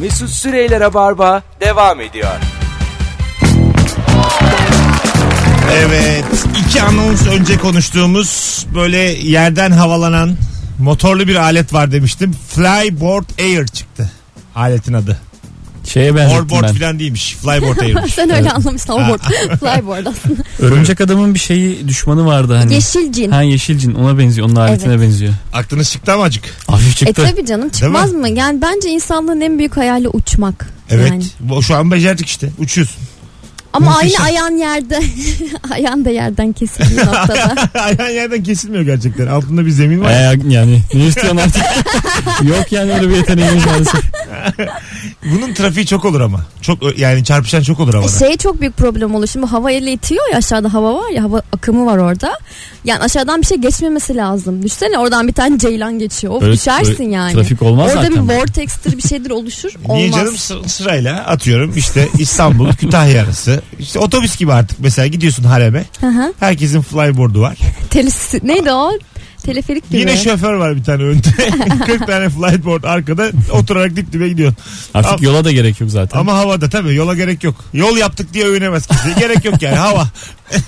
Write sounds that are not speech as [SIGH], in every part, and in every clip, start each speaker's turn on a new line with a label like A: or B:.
A: Mesut Süreyler'e barba devam ediyor.
B: Evet. iki anons önce konuştuğumuz böyle yerden havalanan motorlu bir alet var demiştim. Flyboard Air çıktı. Aletin adı.
C: Şeye benzettim
B: Boardboard
C: ben.
B: falan değilmiş. Flyboard
D: [LAUGHS]
B: Air'miş.
D: Sen öyle anlamışsın. Hoverboard. [LAUGHS] Flyboard aslında.
C: Örümcek adamın bir şeyi düşmanı vardı hani.
D: Yeşil cin.
C: Ha yeşil cin ona benziyor. Onun aletine benziyor.
B: Aklınız çıktı ama acık.
C: Hafif
D: E
C: çıktı.
D: tabii canım çıkmaz mı? Yani bence insanlığın en büyük hayali uçmak.
B: Evet.
D: Yani.
B: Bu- Şu an becerdik işte.
D: [LAUGHS]
B: Uçuyorsun.
D: Ama
B: Muhteşem.
D: aynı ayağın yerde. [LAUGHS] ayağın da yerden kesildiği noktada.
B: Ayağın yerden kesilmiyor gerçekten. Altında bir zemin var.
C: Ee, yani ne istiyorsun artık? [LAUGHS] Yok yani öyle bir yeteneğimiz maalesef.
B: Bunun trafiği çok olur ama. Çok ö- yani çarpışan çok olur
D: E,
B: havada.
D: Şey çok büyük problem oluyor. Şimdi hava ile itiyor ya aşağıda hava var ya hava akımı var orada. Yani aşağıdan bir şey geçmemesi lazım. Düşsene oradan bir tane ceylan geçiyor. Of
C: Böyle-
D: düşersin
C: böyle
D: yani.
C: Trafik olmaz
D: Orada
C: zaten.
D: bir vortex'tir bir şeydir oluşur.
B: Niye
D: Olmaz.
B: canım Sı- sırayla atıyorum işte
D: [LAUGHS]
B: İstanbul, Kütahya arası. İşte otobüs gibi artık mesela gidiyorsun hareme.
D: Hı hı.
B: Herkesin flyboard'u var.
D: Telis, neydi o? Teleferik gibi.
B: Yine şoför var bir tane önde. 40 tane flightboard arkada oturarak dip dibe gidiyorsun.
C: Artık yola da gerek yok zaten.
B: Ama havada tabii yola gerek yok. Yol yaptık diye övünemez kimse. Gerek yok yani hava. [LAUGHS]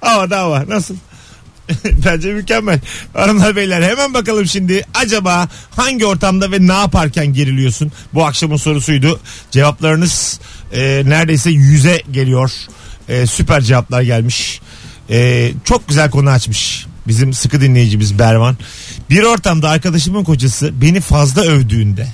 B: Havada hava. Nasıl? [LAUGHS] Bence mükemmel. Hanımlar beyler hemen bakalım şimdi acaba hangi ortamda ve ne yaparken geriliyorsun? Bu akşamın sorusuydu. Cevaplarınız e, neredeyse yüze geliyor. E, süper cevaplar gelmiş. E, çok güzel konu açmış bizim sıkı dinleyicimiz Bervan. Bir ortamda arkadaşımın kocası beni fazla övdüğünde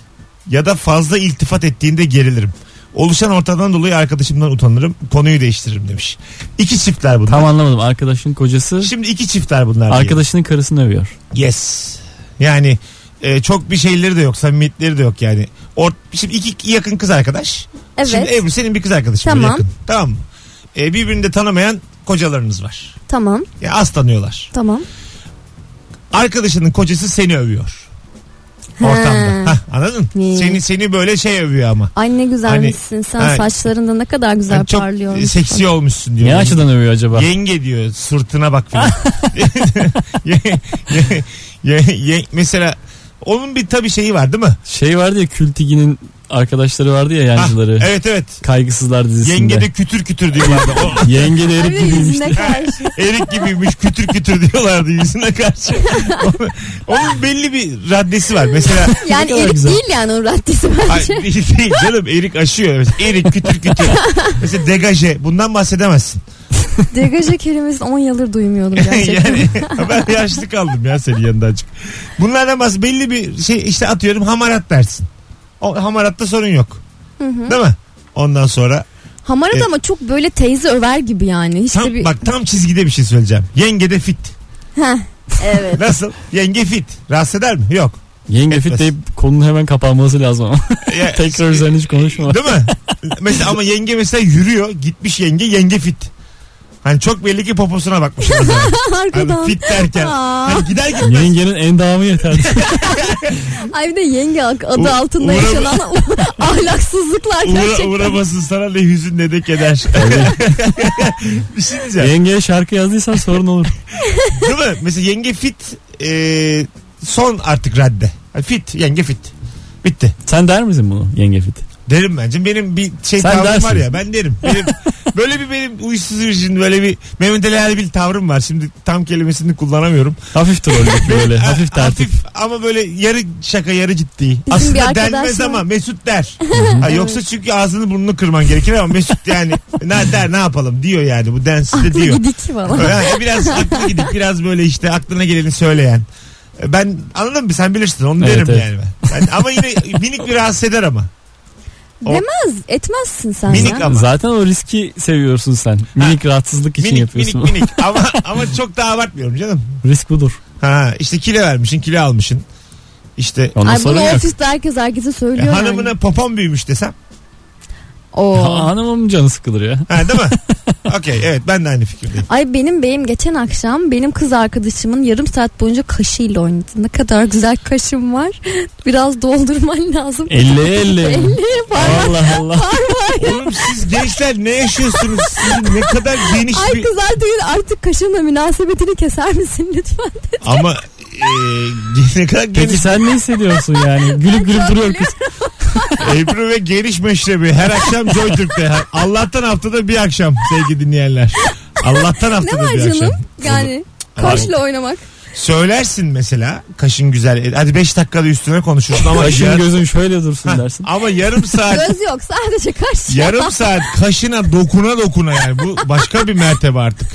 B: ya da fazla iltifat ettiğinde gerilirim. Oluşan ortadan dolayı arkadaşımdan utanırım. Konuyu değiştiririm demiş. İki çiftler bunlar.
C: Tam anlamadım. Arkadaşın kocası
B: Şimdi iki çiftler bunlar. diyelim.
C: arkadaşının karısını övüyor.
B: Yes. Yani e, çok bir şeyleri de yok. Samimiyetleri de yok yani. Or şimdi iki yakın kız arkadaş.
D: Evet.
B: Şimdi Ebru senin bir kız arkadaşın.
D: Tamam.
B: Yakın. Tamam mı? E, birbirini de tanımayan kocalarınız var.
D: Tamam
B: Ya az tanıyorlar.
D: tamam.
B: Arkadaşının kocası seni övüyor.
D: Ha.
B: Ortamda. Hah, anladın?
D: Hmm.
B: Seni seni böyle şey övüyor ama.
D: Ay ne güzelmişsin sen
B: Hani-
D: saçlarında ne kadar güzel
B: Yani çok
D: parlıyormuş.
B: seksi olmuşsun diyor.
C: Ne açıdan övüyor acaba?
B: Yenge diyor sırtına bak falan. Ye- ye- ye- ye- mesela onun bir tabii şeyi var değil mi?
C: Şey vardı ya Kültigi'nin arkadaşları vardı ya
B: Ah,
C: yancıları.
B: evet evet.
C: Kaygısızlar dizisinde.
B: Yenge de kütür kütür diyorlardı. O,
C: Yenge de
D: Ay,
C: erik
D: ve yüzüne
C: gibiymişti.
B: [LAUGHS]
D: karşı.
B: erik gibiymiş kütür kütür diyorlardı yüzüne karşı. Onun- Onun belli bir raddesi var. Mesela
D: Yani
C: kadar
D: erik
C: güzel.
D: değil yani o raddesi
B: Ay,
D: bence.
B: değil, değil canım erik aşıyor. Mesela Erik kütür kütür. Mesela degaje bundan bahsedemezsin.
D: Degaje kelimesini 10
B: [LAUGHS]
D: yıldır duymuyordum gerçekten.
B: yani [LAUGHS] ben yaşlı kaldım ya senin yanında açık. Bunlardan bahs belli bir şey işte atıyorum hamarat dersin. O, hamaratta sorun yok. Değil mi? Ondan sonra
D: Hamarat
B: Evet.
D: ama çok böyle teyze över gibi yani. Hiç
B: tam,
D: de bir...
B: bak tam çizgide bir şey söyleyeceğim. Yenge de fit. [LAUGHS]
D: Evet.
B: Nasıl? Yenge fit. Rahatsız eder mi? Yok.
C: Yenge
B: Etmez.
C: fit deyip konunun hemen kapanması lazım ama. [LAUGHS]
B: Ya, şey,
C: Tekrar üzerine hiç konuşma.
B: Değil mi? mesela ama yenge mesela yürüyor. Gitmiş yenge. Yenge fit. Hani çok belli ki poposuna bakmış. mesela.
D: Arkadan.
B: hani fit derken.
D: Aa.
B: Hani gider gitmez.
C: Yengenin
B: [LAUGHS]
C: endamı yeterdi.
B: Hani-
D: Ay bir de yenge ak- adı
B: U-
D: altında
B: uğra-
D: yaşanan [LAUGHS] ahlaksızlıklar
B: Uğra,
D: gerçekten.
B: uğramasın sana ne hüzün ne de
C: [LAUGHS]
B: keder. [LAUGHS] bir şey diyeceğim.
C: Yengeye şarkı yazdıysan sorun olur.
B: Değil mi? Mesela yenge fit e, son artık radde. Yani Fit yenge fit. Bitti.
C: Sen der misin bunu yenge fit?
B: Derim bence. Benim bir şey
C: Sen
B: tavrım
C: dersin.
B: var ya ben derim.
C: [LAUGHS]
B: Benim, böyle bir benim uysuz virjin böyle bir Mehmet Ali Erbil tavrım var. Şimdi tam kelimesini kullanamıyorum. [LAUGHS]
C: Hafif trollük böyle hafif tertip.
B: Hafif ama böyle yarı şaka yarı ciddi.
D: bir
B: Aslında
D: arkadaş
B: denmez
D: var.
B: ama Mesut
D: [LAUGHS]
B: der. ha, yoksa çünkü ağzını burnunu kırman gerekir ama Mesut yani ne der ne yapalım diyor yani bu densiz de
D: Aklı
B: diyor. [LAUGHS]
D: gidik falan.
B: Yani biraz aklı gidip biraz böyle işte aklına geleni söyleyen. Ben anladın mı? Sen bilirsin onu
C: Evet,
B: derim
C: evet.
B: yani ben. Ben- ama yine minik bir rahatsız eder
D: [LAUGHS]
B: ama. O-
D: Demez etmezsin sen
B: Minik
D: ya.
B: ama.
C: Zaten o riski seviyorsun sen. Minik rahatsızlık için
B: minik minik
C: yapıyorsun.
B: minik ama ama çok da abartmıyorum canım.
C: [LAUGHS] Risk budur.
B: Ha işte kilo vermişsin, kilo almışsın. İşte
C: Ondan
D: Ay bunu
C: sorun yok.
D: ofiste herkes herkese
B: e,
D: söylüyor yani.
B: hanımına popom büyümüş desem.
C: Ha,
D: Oo.
C: hanımım canı sıkılır ya.
B: Ha değil mi? [LAUGHS] Okey evet ben de aynı fikirdeyim.
D: Ay benim beyim geçen akşam benim kız arkadaşımın yarım saat boyunca kaşıyla oynadı. Ne kadar güzel kaşım var. [LAUGHS] Biraz doldurman lazım.
C: Elle
B: [LAUGHS]
C: elle.
D: Elle parmak
C: Allah Allah.
B: Oğlum siz gençler ne yaşıyorsunuz? Sizin ne kadar geniş
D: Ay
B: bir...
D: kızar değil artık kaşınla münasebetini keser misin lütfen?
B: Ama e, ne kadar geniş
C: Peki sen ne hissediyorsun yani? Gülüp gülüp duruyor kız.
B: Ebru ve geniş meşrebi her akşam Joy Türk'te. Allah'tan haftada bir akşam sevgili dinleyenler. Allah'tan
D: Ne
B: haftada
D: var
B: bir
D: canım?
B: akşam.
D: Yani koşla oynamak.
B: Söylersin mesela kaşın güzel. Hadi 5 dakikada üstüne konuşursun ama
C: Kaşın
B: yar-
C: gözüm şöyle dursun dersin.
B: ama yarım saat
D: Göz yok sadece kaş.
B: yarım saat kaşına dokuna dokuna yani bu başka bir mertebe artık.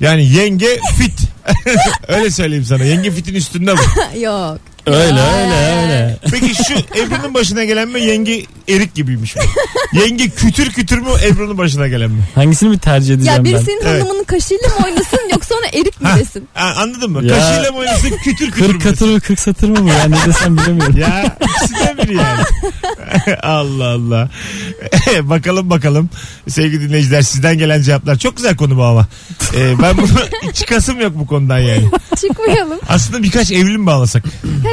B: Yani yenge fit. [LAUGHS] öyle söyleyeyim sana. Yenge fitin üstünde bu.
D: [LAUGHS] yok.
C: Öyle öyle öyle.
B: Peki şu Ebru'nun başına gelen mi yenge erik gibiymiş mi? Yenge kütür kütür mü Ebru'nun başına gelen mi?
C: Hangisini mi tercih edeceğim ben?
D: Ya birisinin
B: Evet.
D: hanımının kaşıyla mı
B: [LAUGHS]
D: oynasın yoksa ona erik mi
B: Ha.
D: desin?
B: Ha, anladın mı?
C: Ya.
B: Kaşıyla mı oynasın kütür kütür mü?
C: 40 katır mı 40 satır mı bu ya ne desem bilemiyorum.
B: Ya ikisinden biri yani. [LAUGHS] Allah Allah. [LAUGHS] bakalım bakalım sevgili dinleyiciler sizden gelen cevaplar. Çok güzel konu bu ama. Ee, ben bunu [LAUGHS] çıkasım yok bu konudan yani. [LAUGHS]
D: Çıkmayalım.
B: Aslında birkaç evrim bağlasak.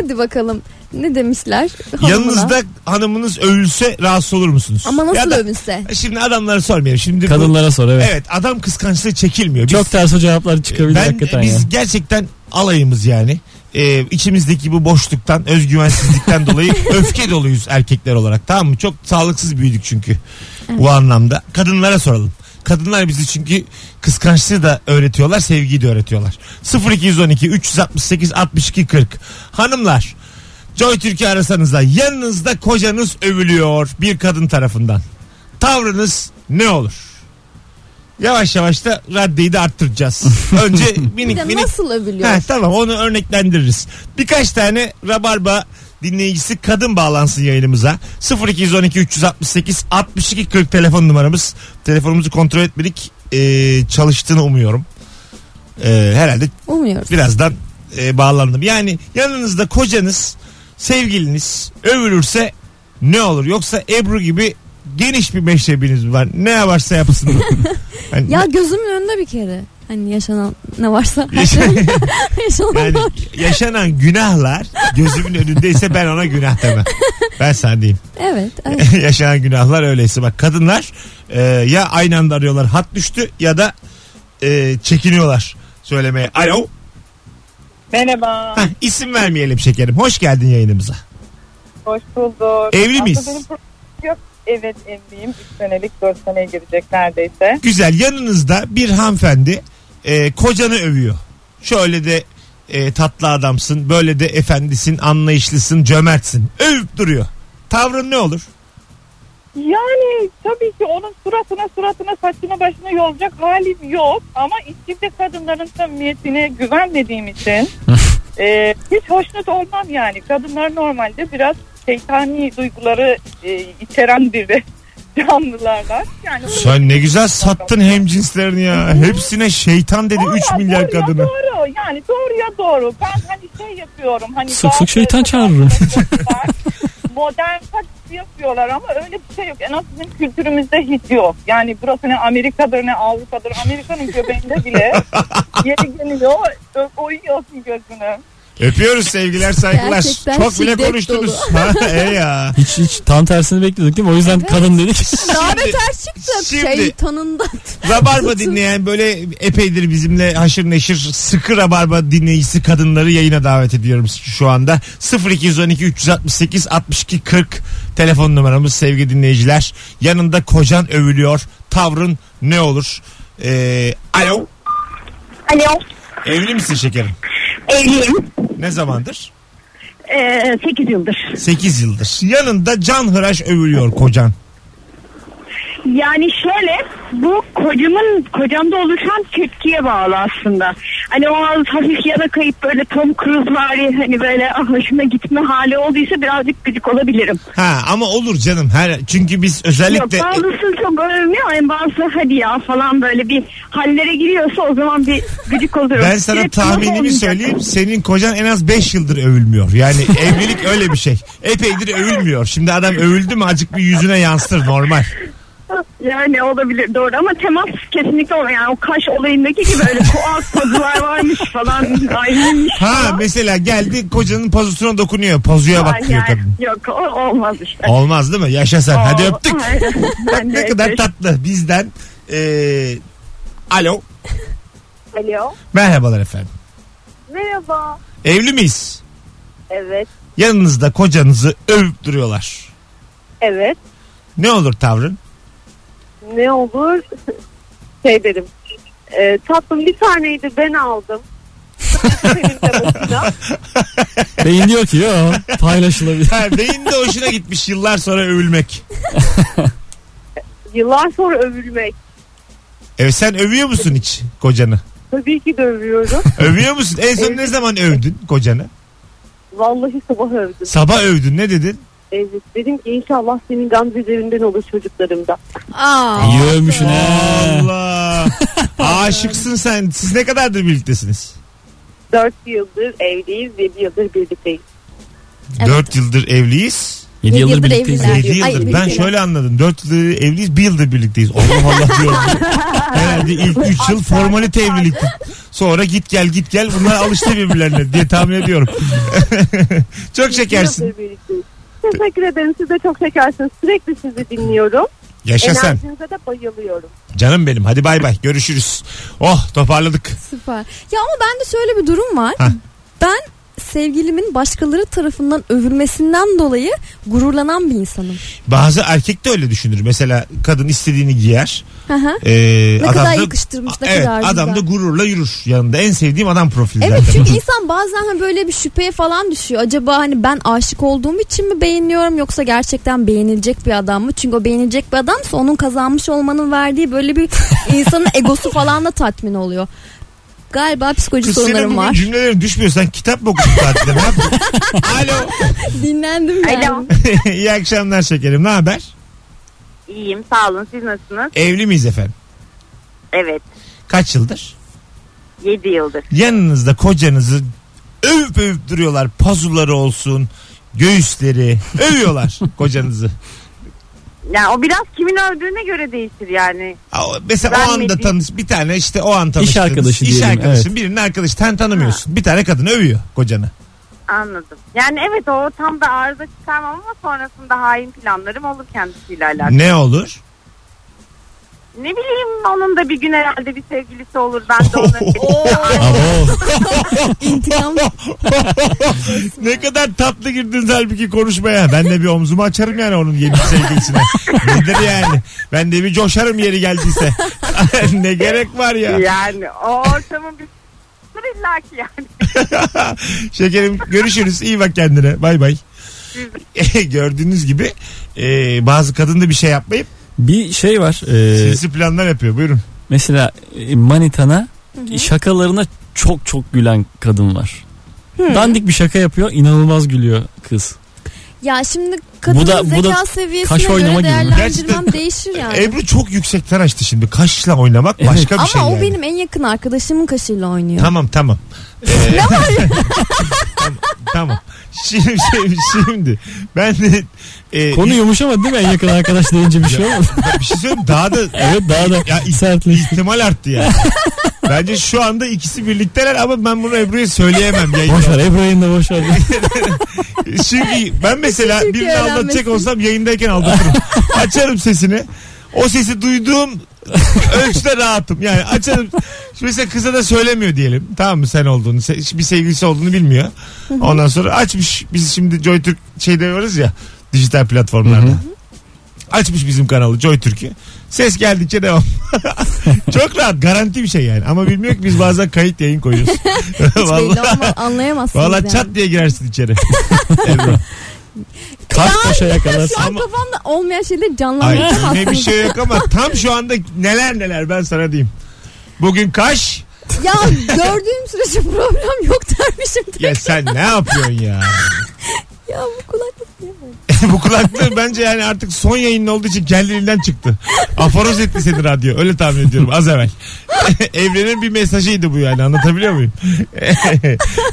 D: Hadi bakalım. Ne demişler? hanımına?
B: Yanınızda hanımınız övülse rahatsız olur musunuz?
D: ama
B: Ya
D: nasıl
B: da-
D: övünse?
B: Şimdi adamları sormayalım. Şimdi bu-
C: Kadınlara sor evet.
B: Evet adam kıskançlığı çekilmiyor. Biz-
C: Çok ters o cevaplar çıkabilir
B: ben,
C: hakikaten
B: biz
C: ya.
B: gerçekten alayımız yani. Ee, içimizdeki bu boşluktan, özgüvensizlikten
D: [LAUGHS]
B: dolayı öfke doluyuz erkekler olarak. Tamam mı? Çok sağlıksız büyüdük çünkü. Bu anlamda. Kadınlara soralım. Kadınlar bizi çünkü kıskançlığı da öğretiyorlar, sevgiyi de öğretiyorlar. 0212 368 62 40. Hanımlar, Joy Türkiye arasanıza yanınızda kocanız övülüyor bir kadın tarafından. Tavrınız ne olur? Yavaş yavaş da raddeyi de arttıracağız. Önce
D: Bir
B: minik
D: de
B: minik
D: nasıl övülüyor?
B: Ha, tamam onu örneklendiririz. Birkaç tane Rabarba dinleyicisi kadın bağlansın yayınımıza. 0212 368 62 40 telefon numaramız. Telefonumuzu kontrol etmedik. Ee, çalıştığını umuyorum. Ee, herhalde
D: Umuyoruz.
B: birazdan e, bağlandım. Yani yanınızda kocanız, sevgiliniz övülürse ne olur? Yoksa Ebru gibi geniş bir meşrebiniz var. Ne yaparsa yapsın. Hani- [LAUGHS]
D: Ya gözümün önünde bir kere. Hani yaşanan ne varsa. [LAUGHS] yaşanan
B: Yani
D: var.
B: yaşanan günahlar gözümün önündeyse ben ona günah demem. Ben sana diyeyim. [LAUGHS]
D: Evet. evet.
B: yaşanan günahlar öyleyse. Bak kadınlar e, ya aynı anda arıyorlar hat düştü ya da e, çekiniyorlar söylemeye. Alo.
E: Merhaba.
B: Hah, isim vermeyelim şekerim. Hoş geldin yayınımıza.
E: Hoş bulduk.
B: Evli miyiz?
E: Aslında benim problemim yok. Evet evliyim. 3 senelik 4 seneye girecek neredeyse.
B: Güzel yanınızda bir hanımefendi e, kocanı övüyor. Şöyle de e, tatlı adamsın, böyle de efendisin, anlayışlısın, cömertsin. Övüp duruyor. Tavrın ne olur?
E: Yani tabii ki onun suratına suratına saçına başına yolacak halim yok. Ama içimde kadınların samimiyetine
B: [LAUGHS]
E: güvenmediğim için e, hiç hoşnut olmam yani. Kadınlar normalde biraz şeytani duyguları e, içeren bir [LAUGHS] canlılardan. Yani
B: Sen ne güzel sattın hem cinslerini ya. Hepsine şeytan dedi 3
E: Vallahi
B: milyar
E: doğru ya
B: kadına.
E: Doğru yani doğruya doğru. Ben hani şey yapıyorum hani
C: Sık sık
E: bazı
C: şeytan
E: sanat
C: çağırırım. [LAUGHS]
E: yapıyorlar, Modern taksi yapıyorlar ama öyle bir şey yok. En az bizim kültürümüzde hiç yok. Yani burası ne Amerika'dır ne Avrupa'dır. Amerika'nın göbeğinde bile
C: [LAUGHS]
E: yeri geliyor. ö- Oyuyorsun gözünü.
B: Öpüyoruz sevgiler saygılar.
D: Gerçekten
B: Çok bile
D: şiddet
B: konuştunuz. [LAUGHS] Ha, e ya.
C: Hiç hiç tam tersini bekliyorduk değil mi? O yüzden
D: Evet.
B: [LAUGHS]
C: kadın dedik.
D: Daha da ters çıktı.
B: şimdi-
D: Şeytanından. [LAUGHS]
B: Rabarba dinleyen böyle epeydir bizimle haşır neşir sıkı rabarba dinleyicisi kadınları yayına davet ediyorum şu anda. 0212 368 62 40 telefon numaramız sevgili dinleyiciler. Yanında kocan övülüyor. Tavrın ne olur? Ee, alo.
F: Alo,
B: Evli misin şekerim?
F: evliyim.
B: Ne zamandır?
F: Ee, 8 yıldır.
B: 8 yıldır. Yanında can hıraş övülüyor kocan.
F: Yani şöyle, bu kocamın, kocamda oluşan tepkiye bağlı aslında. Hani o az hafif yana kayıp böyle Tom Cruise vari hani böyle ah hoşuma gitme hali olduysa birazcık gıcık olabilirim.
B: Ha ama olur canım. Her çünkü biz özellikle
F: Yok bazısı çok övmüyor ama bazısı hadi ya falan böyle bir hallere giriyorsa o zaman bir şey gıcık olurum.
B: ben sana
F: Direkt nasıl
B: tahminimi
F: olmayacak?
B: söyleyeyim. Senin kocan en az 5 yıldır övülmüyor. Yani
F: [LAUGHS]
B: evlilik öyle bir şey. Epeydir övülmüyor. Şimdi adam övüldü mü acık bir yüzüne yansıtır normal.
F: Yani olabilir doğru ama temas kesinlikle olmuyor. Yani o kaş olayındaki gibi öyle [LAUGHS] kuak kodular varmış falan. Aynıymış
B: Ha
F: falan.
B: mesela geldi kocanın pozusuna dokunuyor. Pozuya
F: Ay,
B: bak diyor
F: yani,
B: kadın.
F: Yok o- olmaz işte.
B: Olmaz değil mi? Yaşa sen.
F: O-
B: Hadi öptük.
F: Aynen.
B: Bak
F: Ben de
B: ne kadar
F: öpüyorum.
B: tatlı. Bizden ee, alo.
E: Alo.
B: Merhabalar efendim.
E: Merhaba.
B: Evli miyiz?
E: Evet.
B: Yanınızda kocanızı övüp duruyorlar.
E: Evet.
B: Ne olur tavrın?
E: Ne olur? Şey dedim. E, tatlım bir taneydi ben aldım. Senin de başına.
C: Beyin diyor ki yo
B: [LAUGHS]
C: paylaşılabilir.
B: Ha, beyin de hoşuna gitmiş yıllar sonra övülmek.
E: Yıllar sonra övülmek.
B: Evet sen övüyor musun hiç kocanı?
E: Tabii ki de övüyorum.
B: Övüyor musun? En son ne zaman övdün kocanı?
E: Vallahi sabah övdüm.
B: Sabah övdün ne dedin?
E: Evet. Dedim ki inşallah senin gamzelerinden olur çocuklarımda.
D: Aa.
C: İyi övmüşsün he.
B: Allah. Aşıksın sen. Siz ne kadardır birliktesiniz?
E: Dört yıldır evliyiz, yedi yıldır birlikteyiz.
D: Evet.
B: 4 yıldır evliyiz.
C: 7
D: Yedi
C: yıldır
D: yıldır
C: birlikteyiz.
D: evliler.
B: 7 yıldır.
D: Ay, şey
B: ben
D: birlikte.
B: şöyle anladım. 4 yıldır evliyiz, 1 yıldır birlikteyiz. Allah Allah
D: [LAUGHS]
B: diyorum. Herhalde ilk 3 yıl formalite evlilikti. Sonra git gel git gel. Bunlar alıştı birbirlerine diye tahmin ediyorum. [LAUGHS] Çok şekersin.
E: Yıldır birlikteyiz. Teşekkür ederim. Siz de çok şekersiniz. Sürekli sizi dinliyorum.
B: Yaşa sen.
E: Enerjinize de bayılıyorum.
B: Canım benim. Hadi bay bay. Görüşürüz. Oh toparladık.
D: Süper. Ya ama bende şöyle bir durum var.
B: Heh.
D: Ben sevgilimin başkaları tarafından övülmesinden dolayı gururlanan bir insanım.
B: Bazı erkek de öyle düşünür. Mesela kadın istediğini giyer.
D: Hı hı.
B: Ee,
D: Ne kadar yakıştırmış, ne
B: evet,
D: kadar güzel.
B: Adam da gururla yürür yanında. En sevdiğim adam profili
D: Evet
B: zaten.
C: [LAUGHS]
D: çünkü insan bazen hani böyle bir şüpheye falan düşüyor. Acaba hani ben aşık olduğum için mi beğeniyorum yoksa gerçekten beğenilecek bir adam mı? Çünkü o beğenilecek bir adamsa onun kazanmış olmanın verdiği
C: [LAUGHS]
D: böyle bir insanın egosu falan da tatmin oluyor. Galiba psikoloji
B: Kız senin
D: sorunlarım
B: bugün
D: var.
B: cümlelerin düşmüyor. Sen kitap mı okudun tatilde? Ne yaptın? Alo.
D: [LAUGHS] Dinlendim yani.
F: Alo.
B: [LAUGHS] İyi akşamlar şekerim. Ne haber?
F: İyiyim sağ olun siz nasılsınız?
B: Evli miyiz efendim?
F: Evet
B: Kaç yıldır?
F: 7 yıldır.
B: Yanınızda kocanızı övüp övüp duruyorlar. Pazuları olsun. Göğüsleri.
C: [LAUGHS]
B: Övüyorlar kocanızı.
F: Yani o biraz kimin övdüğüne göre değişir yani.
B: Aa, Mesela o
F: Vermediği-
B: anda tanış bir tane işte o an tanıştınız.
C: arkadaşı
B: iş
C: diyelim,
B: arkadaşın birinin arkadaşı sen tanımıyorsun. Bir tane kadın övüyor kocanı.
F: Anladım. Yani evet o tam da arıza çıkarmam ama sonrasında hain planlarım olur kendisiyle alakalı.
B: Ne olur?
F: Ne bileyim onun da bir gün herhalde bir sevgilisi olur. Ben de onların
C: Abo. [LAUGHS]
D: İntikam
B: [LAUGHS] ne kadar tatlı girdiniz halbuki konuşmaya. Ben de bir omzumu açarım yani onun yeni
C: [LAUGHS]
B: sevgilisine. Nedir yani? Ben de bir coşarım yeri geldiyse. [LAUGHS] ne gerek var ya?
F: yani o ortamın bir illa ki yani.
B: Şekerim görüşürüz. İyi bak kendine. Bay
D: [LAUGHS]
B: bay. Gördüğünüz gibi e, bazı kadın da bir şey yapmayıp
C: Bir şey var. e,
B: sinsi planlar yapıyor. Buyurun.
C: mesela e, manitana şakalarına çok çok gülen kadın var. Dandik bir şaka yapıyor, inanılmaz gülüyor kız.
D: Ya şimdi kadının
C: Bu da- bu
D: zeka
C: da
D: seviyesine
C: kaş oynama
D: göre
C: gibi. E,
D: değerlendirmem
B: Gerçekten-
D: değişir yani.
B: Ebru çok yüksekten açtı şimdi. Kaşla oynamak başka bir
D: Ama
B: şey
D: o
B: yani.
D: benim en yakın arkadaşımın kaşıyla oynuyor.
B: Tamam tamam. Ee, [LAUGHS] tamam, tamam. Şimdi, şimdi, şimdi ben de e,
C: Konu yumuşamadı değil mi en yakın arkadaş deyince bir şey olmadı?
B: bir şey söyleyeyim mi? daha da
C: Evet daha da
B: [LAUGHS] Ya,
C: sertleşti.
B: ihtimal arttı yani. Bence şu anda ikisi birlikteler ama ben bunu Ebru'ya söyleyemem. yayında.
C: Boş ver Ebru'yu da
B: [LAUGHS]
C: boş ver.
B: Çünkü ben mesela
D: Türkiye
B: birini aldatacak
D: öğrenmesi.
B: olsam yayındayken aldatırım.
C: [LAUGHS]
B: Açarım sesini. O sesi duyduğum ölçüde rahatım. Yani açarım. Şimdi mesela kıza da söylemiyor diyelim. Tamam mı sen olduğunu, se- bir sevgilisi olduğunu bilmiyor. Ondan sonra açmış. Biz şimdi JoyTürk şeyde varız ya dijital
C: Hı
B: platformlarda. Açmış bizim kanalı JoyTürk'ü. Ses geldikçe devam.
C: [LAUGHS]
B: Çok rahat garanti bir şey yani. Ama bilmiyor ki biz bazen kayıt yayın
C: [LAUGHS]
B: koyuyoruz.
D: Hiç belli
B: Vallahi-
D: olmaz anlayamazsınız
B: Valla
D: yani.
B: çat diye girersin içeri. Ebru.
C: Kaç paşa yakalarsın.
D: Şu an kafamda olmayan şeyleri
B: Ay
D: canlandıramazsınız.
B: ne bir şey yok ama tam şu anda neler neler ben sana diyeyim. Bugün kaş.
D: Ya gördüğüm sürece problem yok dermişim.
B: Ya sen ne yapıyorsun ya?
D: Ya bu kulaklık niye böyle?
B: [LAUGHS] Bu kulaklığı bence yani artık son yayının olduğu için kendiliğinden çıktı. Aforoz etti seni radyo. Öyle tahmin ediyorum az evvel. [LAUGHS] Evrenin bir mesajıydı bu yani anlatabiliyor muyum? [LAUGHS]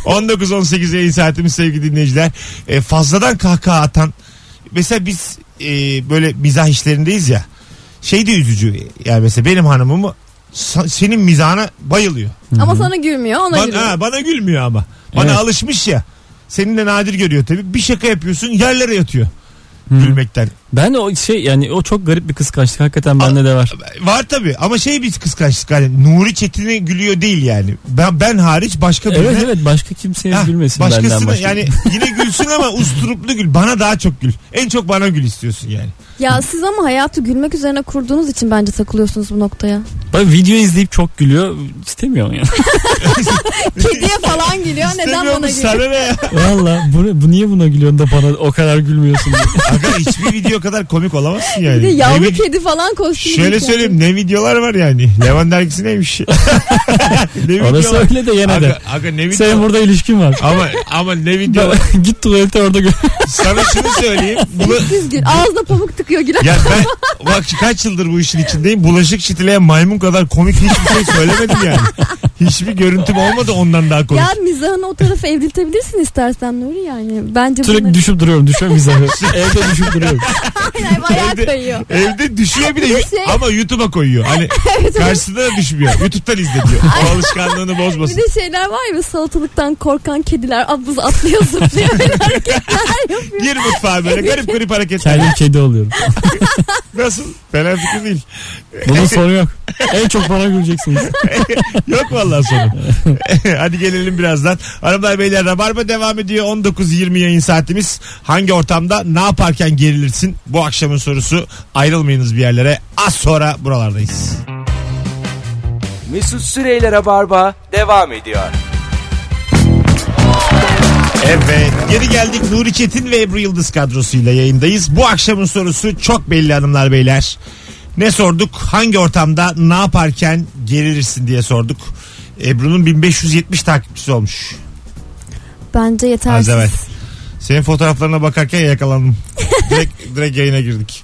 B: 19-18 yayın saatimiz sevgili dinleyiciler. E, fazladan kahkaha atan. Mesela biz e, böyle mizah işlerindeyiz ya. Şey de üzücü. Yani mesela benim hanımım sa- senin mizahına bayılıyor.
D: Ama sana gülmüyor ona
B: Bana,
D: gülüyor.
B: ha, bana gülmüyor ama. Bana
C: Evet.
B: alışmış ya. Senin de nadir görüyor tabii. Bir şaka yapıyorsun yerlere yatıyor. Gülmekten.
C: Ben o şey yani o çok garip bir kıskançlık hakikaten bende de var.
B: Var tabii ama şey bir kıskançlık hani Nuri Çetin'e gülüyor değil yani. Ben ben hariç başka birine
C: Evet evet başka kimseye
B: Hah,
C: gülmesin
B: başkasına
C: benden başka.
B: yani yine gülsün ama usturuplu gül. Bana daha çok gül. En çok bana gül istiyorsun yani.
D: Ya siz ama hayatı gülmek üzerine kurduğunuz için bence takılıyorsunuz
B: [LAUGHS]
D: bu noktaya.
C: Bak video izleyip çok gülüyor. İstemiyorum ya.
D: Kediye falan gülüyor. Neden
B: İstemiyor
D: bana
B: musun?
D: gülüyor?
B: Sana ne ya?
C: [LAUGHS] Valla bu, bu niye buna gülüyorsun da bana o kadar
B: [LAUGHS]
C: gülmüyorsun diye.
B: Aga hiçbir video kadar komik olamazsın
D: Bir
B: yani.
D: de yavru
B: Ne vid-
D: kedi falan kostümü.
B: Şöyle
D: giyiyor.
B: söyleyeyim ne videolar var yani. Levan dergisi
C: [LAUGHS]
B: neymiş? ne
C: Orası
B: videolar?
C: öyle de yine de.
B: Aga, aga ne
C: Senin
B: videolar?
C: burada ilişkin var.
B: Ama ama ne video?
C: Ben- [LAUGHS] Git tuvalete orada gör.
B: Sana şunu söyleyeyim. Bula-
D: Siz gül. Ağzına pamuk tıkıyor gülen.
B: Ya ben bak kaç yıldır bu işin içindeyim. Bulaşık çitileyen maymun kadar komik hiçbir şey söylemedim yani. Hiçbir görüntüm olmadı ondan daha komik.
D: Ya mizahını o tarafa evriltebilirsin istersen Nuri yani. Bence
C: Sürekli
D: bunları...
C: düşüp duruyorum. Düşüyorum
B: [LAUGHS]
C: mizahı. Evde düşüp duruyorum.
D: Hayır, ayağa kayıyor.
B: Evde düşüyor bir de yu-
D: Şey-
B: ama YouTube'a koyuyor.
D: [LAUGHS]
B: Hani karşısına da düşmüyor. YouTube'dan izle diyor. O alışkanlığını
D: Bir
B: bozmasın.
D: de şeyler var ya salatalıktan korkan kediler abuz atlıyor
B: [LAUGHS]
D: zıplıyor böyle hareketler yapıyor.
B: Gir mutfağa böyle garip garip hareketler.
C: Kendim kedi oluyorum.
B: Nasıl? Fena fikir değil. [LAUGHS]
C: Bunun sonu yok. En çok bana güleceksiniz.
B: Yok vallahi sonu. [LAUGHS] Hadi gelelim birazdan. Hanımlar beyler Rabarba devam ediyor. 19.20 yayın saatimiz. Hangi ortamda ne yaparken gerilirsin? Bu akşamın sorusu. Ayrılmayınız bir yerlere. Az sonra buralardayız.
A: Mesut Süreyler'e barba devam ediyor.
B: Evet. Geri geldik Nuri Çetin ve Ebru Yıldız kadrosuyla yayındayız. Bu akşamın sorusu çok belli hanımlar beyler. Ne sorduk? Hangi ortamda ne yaparken gerilirsin diye sorduk. Ebru'nun 1570 takipçisi olmuş.
D: Bence
B: Az
D: yetersiz.
B: evvel. Senin fotoğraflarına bakarken yakalandım. direkt, direkt yayına girdik.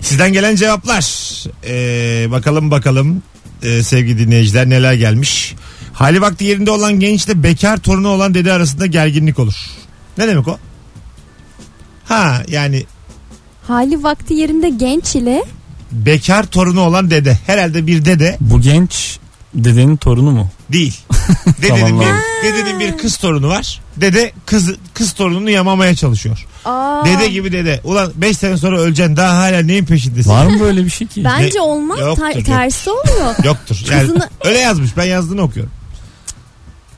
B: Sizden gelen cevaplar. Ee, bakalım bakalım ee, sevgili dinleyiciler neler gelmiş. Hali vakti yerinde olan gençle bekar torunu olan dede arasında gerginlik olur. Ne demek o? Ha yani
D: Hali vakti yerinde genç ile
B: bekar torunu olan dede. Herhalde bir dede
C: Bu genç dedenin torunu mu?
B: değil. Dedenin,
C: Tamam,
B: bir,
C: tamam.
B: dedenin bir kız torunu var. Dede kız kız torununu yamamaya çalışıyor.
D: Aa,
B: Dede gibi dede. Ulan 5 sene sonra öleceksin daha hala neyin peşindesin?
C: Var mı böyle bir şey ki?
D: Bence
B: Ne-
D: olmaz.
B: Yoktur,
D: Ter-
B: yok.
D: tersi oluyor.
B: Yoktur. Yani
D: Kızını-
B: öyle yazmış. Ben yazdığını okuyorum.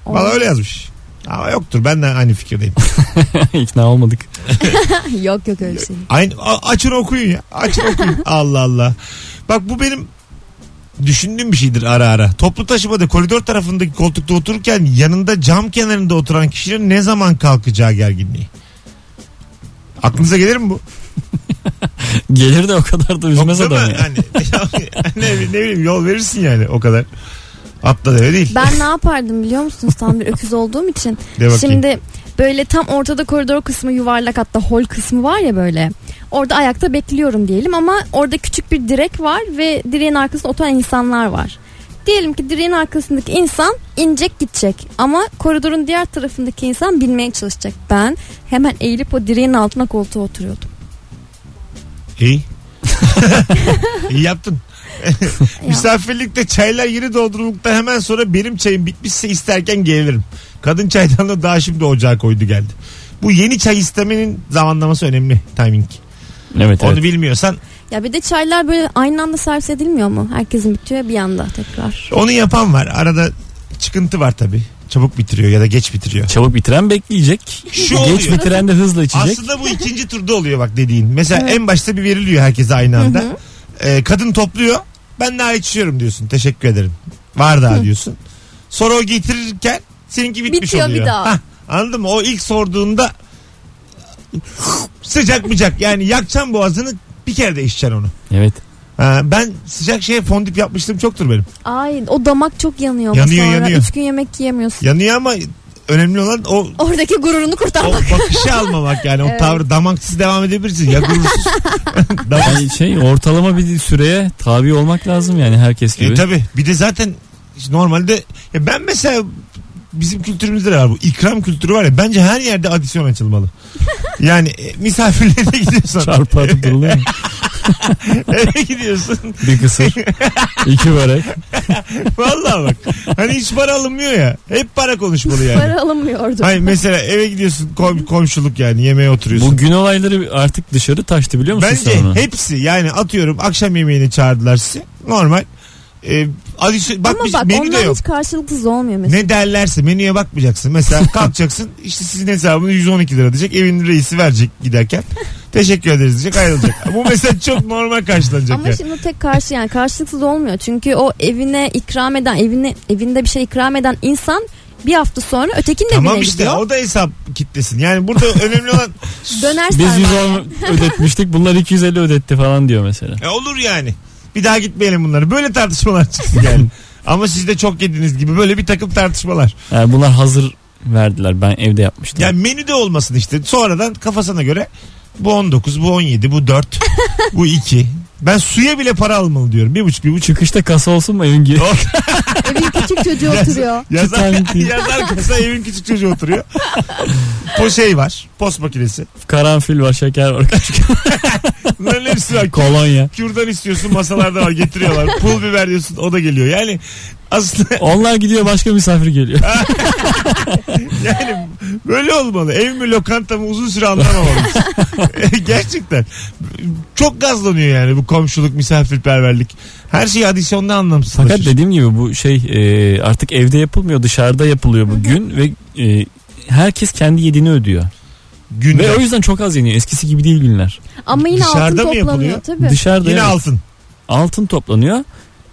B: Valla öyle yazmış. Ama yoktur. Ben de aynı fikirdeyim.
C: [LAUGHS] İkna olmadık.
D: [LAUGHS] yok yok öyle şey.
B: Aynı, a- açın okuyun ya. Açın okuyun. Allah Allah. Bak bu benim düşündüğüm bir şeydir ara ara. Toplu taşımada koridor tarafındaki koltukta otururken yanında cam kenarında oturan kişinin ne zaman kalkacağı gerginliği. Aklınıza gelir mi bu?
C: Gelir de o kadar da üzmez
B: Yok değil
C: adamı
B: mi?
C: ya.
B: Hani, [LAUGHS] ne, ne bileyim yol verirsin yani o kadar. Atla deve değil.
D: Ben ne yapardım biliyor musunuz tam bir öküz olduğum için.
B: De bakayım.
D: Şimdi böyle tam ortada koridor kısmı yuvarlak hatta hol kısmı var ya böyle. Orada ayakta bekliyorum diyelim ama orada küçük bir direk var ve direğin arkasında oturan insanlar var. Diyelim ki direğin arkasındaki insan inecek gidecek ama koridorun diğer tarafındaki insan binmeye çalışacak. Ben hemen eğilip o direğin altına koltuğa oturuyordum.
B: İyi. [LAUGHS] İyi yaptın.
D: [LAUGHS] Ya.
B: Misafirlikte çaylar yeni doldurulduktan hemen sonra benim çayım bitmişse isterken gelirim. Kadın çaydanlığı daha şimdi ocağa koydu geldi. Bu yeni çay istemenin zamanlaması önemli. Timing.
C: Evet
B: Onu
C: evet.
B: bilmiyorsan
D: Ya bir de çaylar böyle aynı anda servis edilmiyor mu? Herkesin bitiyor bir anda tekrar.
B: onu yapan var. Arada çıkıntı var tabii. Çabuk bitiriyor ya da geç bitiriyor.
C: Çabuk bitiren bekleyecek.
B: Şu
C: Geç
B: oluyor.
C: bitiren de hızla içecek.
B: Aslında bu ikinci turda oluyor bak dediğin. Mesela en başta bir veriliyor herkese aynı anda. Ee, kadın topluyor. Ben daha içiyorum diyorsun. Teşekkür ederim. Var daha diyorsun. Sonra o getirirken seninki bitmiş
D: Bitiyor bir
B: oluyor.
D: daha.
B: Hah, anladın mı? O ilk sorduğunda sıcak mıcak yani yakacağım boğazını bir kere de içeceksin onu.
C: Evet.
B: Ha, ben sıcak şeye fondip yapmıştım çoktur benim.
D: Ay o damak çok yanıyor.
B: Yanıyor,
D: sonra
B: yanıyor.
D: Üç gün yemek yiyemiyorsun.
B: Yanıyor ama önemli olan o
D: Oradaki gururunu
B: o
D: kurtarmak.
B: bakışı almamak yani o
D: [LAUGHS] Evet.
B: tavrı damaksız devam edebilirsin ya
D: [LAUGHS]
B: gurursuz. Damak-
C: Yani şey ortalama bir süreye tabi olmak lazım yani herkes gibi.
B: E tabi bir de zaten işte normalde ya ben mesela bizim kültürümüzde de var bu ikram kültürü var ya bence her yerde adisyon açılmalı. Yani e, misafirlere gidiyorsan
C: Çarpı atıp duruluyor.
B: Eve gidiyorsun.
C: Bir kısır. iki börek.
B: Vallahi bak. Hani hiç para alınmıyor ya. Hep para konuşmalı yani.
D: Para alınmıyordu.
B: Hayır mesela eve gidiyorsun kom- komşuluk yani yemeğe oturuyorsun.
C: Bu gün olayları artık dışarı taştı biliyor musun
B: Bence
C: sen onu?
B: hepsi yani atıyorum akşam yemeğine çağırdılar sizi. Normal. Ee, adisyon-
D: Ama
B: bakmış,
D: bak
B: menü de
D: ondan
B: yok.
D: hiç karşılıksız olmuyor mesela.
B: Ne derlerse menüye bakmayacaksın.
D: [LAUGHS]
B: Mesela kalkacaksın işte sizin hesabını 112 lira diyecek. Evin reisi verecek
D: [LAUGHS]
B: giderken. Teşekkür ederiz diyecek ayrılacak. Bu mesela çok normal karşılanacak.
D: Ama
B: ya.
D: şimdi tek karşı yani karşılıksız olmuyor. Çünkü o evine ikram eden, evine evinde bir şey ikram eden insan bir hafta sonra ötekinin
B: Tamam
D: evine
B: işte
D: gidiyor.
B: o da hesap kitlesin. Yani burada önemli olan
D: Döner
C: Biz
D: sarma.
C: 110 ödetmiştik bunlar 250 ödetti falan diyor mesela.
B: E olur yani. Bir daha gitmeyelim bunları. Böyle tartışmalar çıksın
D: [LAUGHS]
B: yani. Ama siz de çok yediğiniz gibi böyle bir takım tartışmalar.
C: Yani bunlar hazır verdiler ben evde yapmıştım.
B: Yani menüde olmasın işte. Sonradan kafasına göre bu 19, bu 17, bu
D: [LAUGHS]
B: 4, bu 2. Ben suya bile para almalı diyorum. Bir buçuk, bir buçuk.
C: Çıkışta kasa olsun mu evin gir-
D: Evin küçük çocuğu
B: [LAUGHS]
D: oturuyor.
B: Yazar,
C: Bir tane değil.
B: yazar kasa evin küçük çocuğu oturuyor. Po şey var. Post makinesi.
C: [LAUGHS] Karanfil var şeker var küçük
B: Bunların hepsi var.
C: kolonya.
B: Kürdan istiyorsun masalarda var getiriyorlar. Pul biber diyorsun o da geliyor. Yani aslında [LAUGHS]
C: Onlar gidiyor başka misafir geliyor.
B: Yani böyle olmalı. Ev mi lokanta mı uzun süre anlamamalıyız. [LAUGHS] Gerçekten. Çok gazlanıyor yani bu komşuluk, misafirperverlik. Her şey adisyonda
C: Fakat
B: anlamsızlaşır.
C: dediğim gibi bu şey e, artık evde yapılmıyor dışarıda yapılıyor bugün ve e, herkes kendi yediğini ödüyor.
B: Günde.
C: Ve o yüzden çok az yeniyor eskisi gibi değil günler.
D: Ama yine
B: Dışarıda
D: altın
B: mı yapılıyor?
D: toplanıyor tabii.
C: Dışarıda
B: Yine
C: evet,
B: altın.
C: altın toplanıyor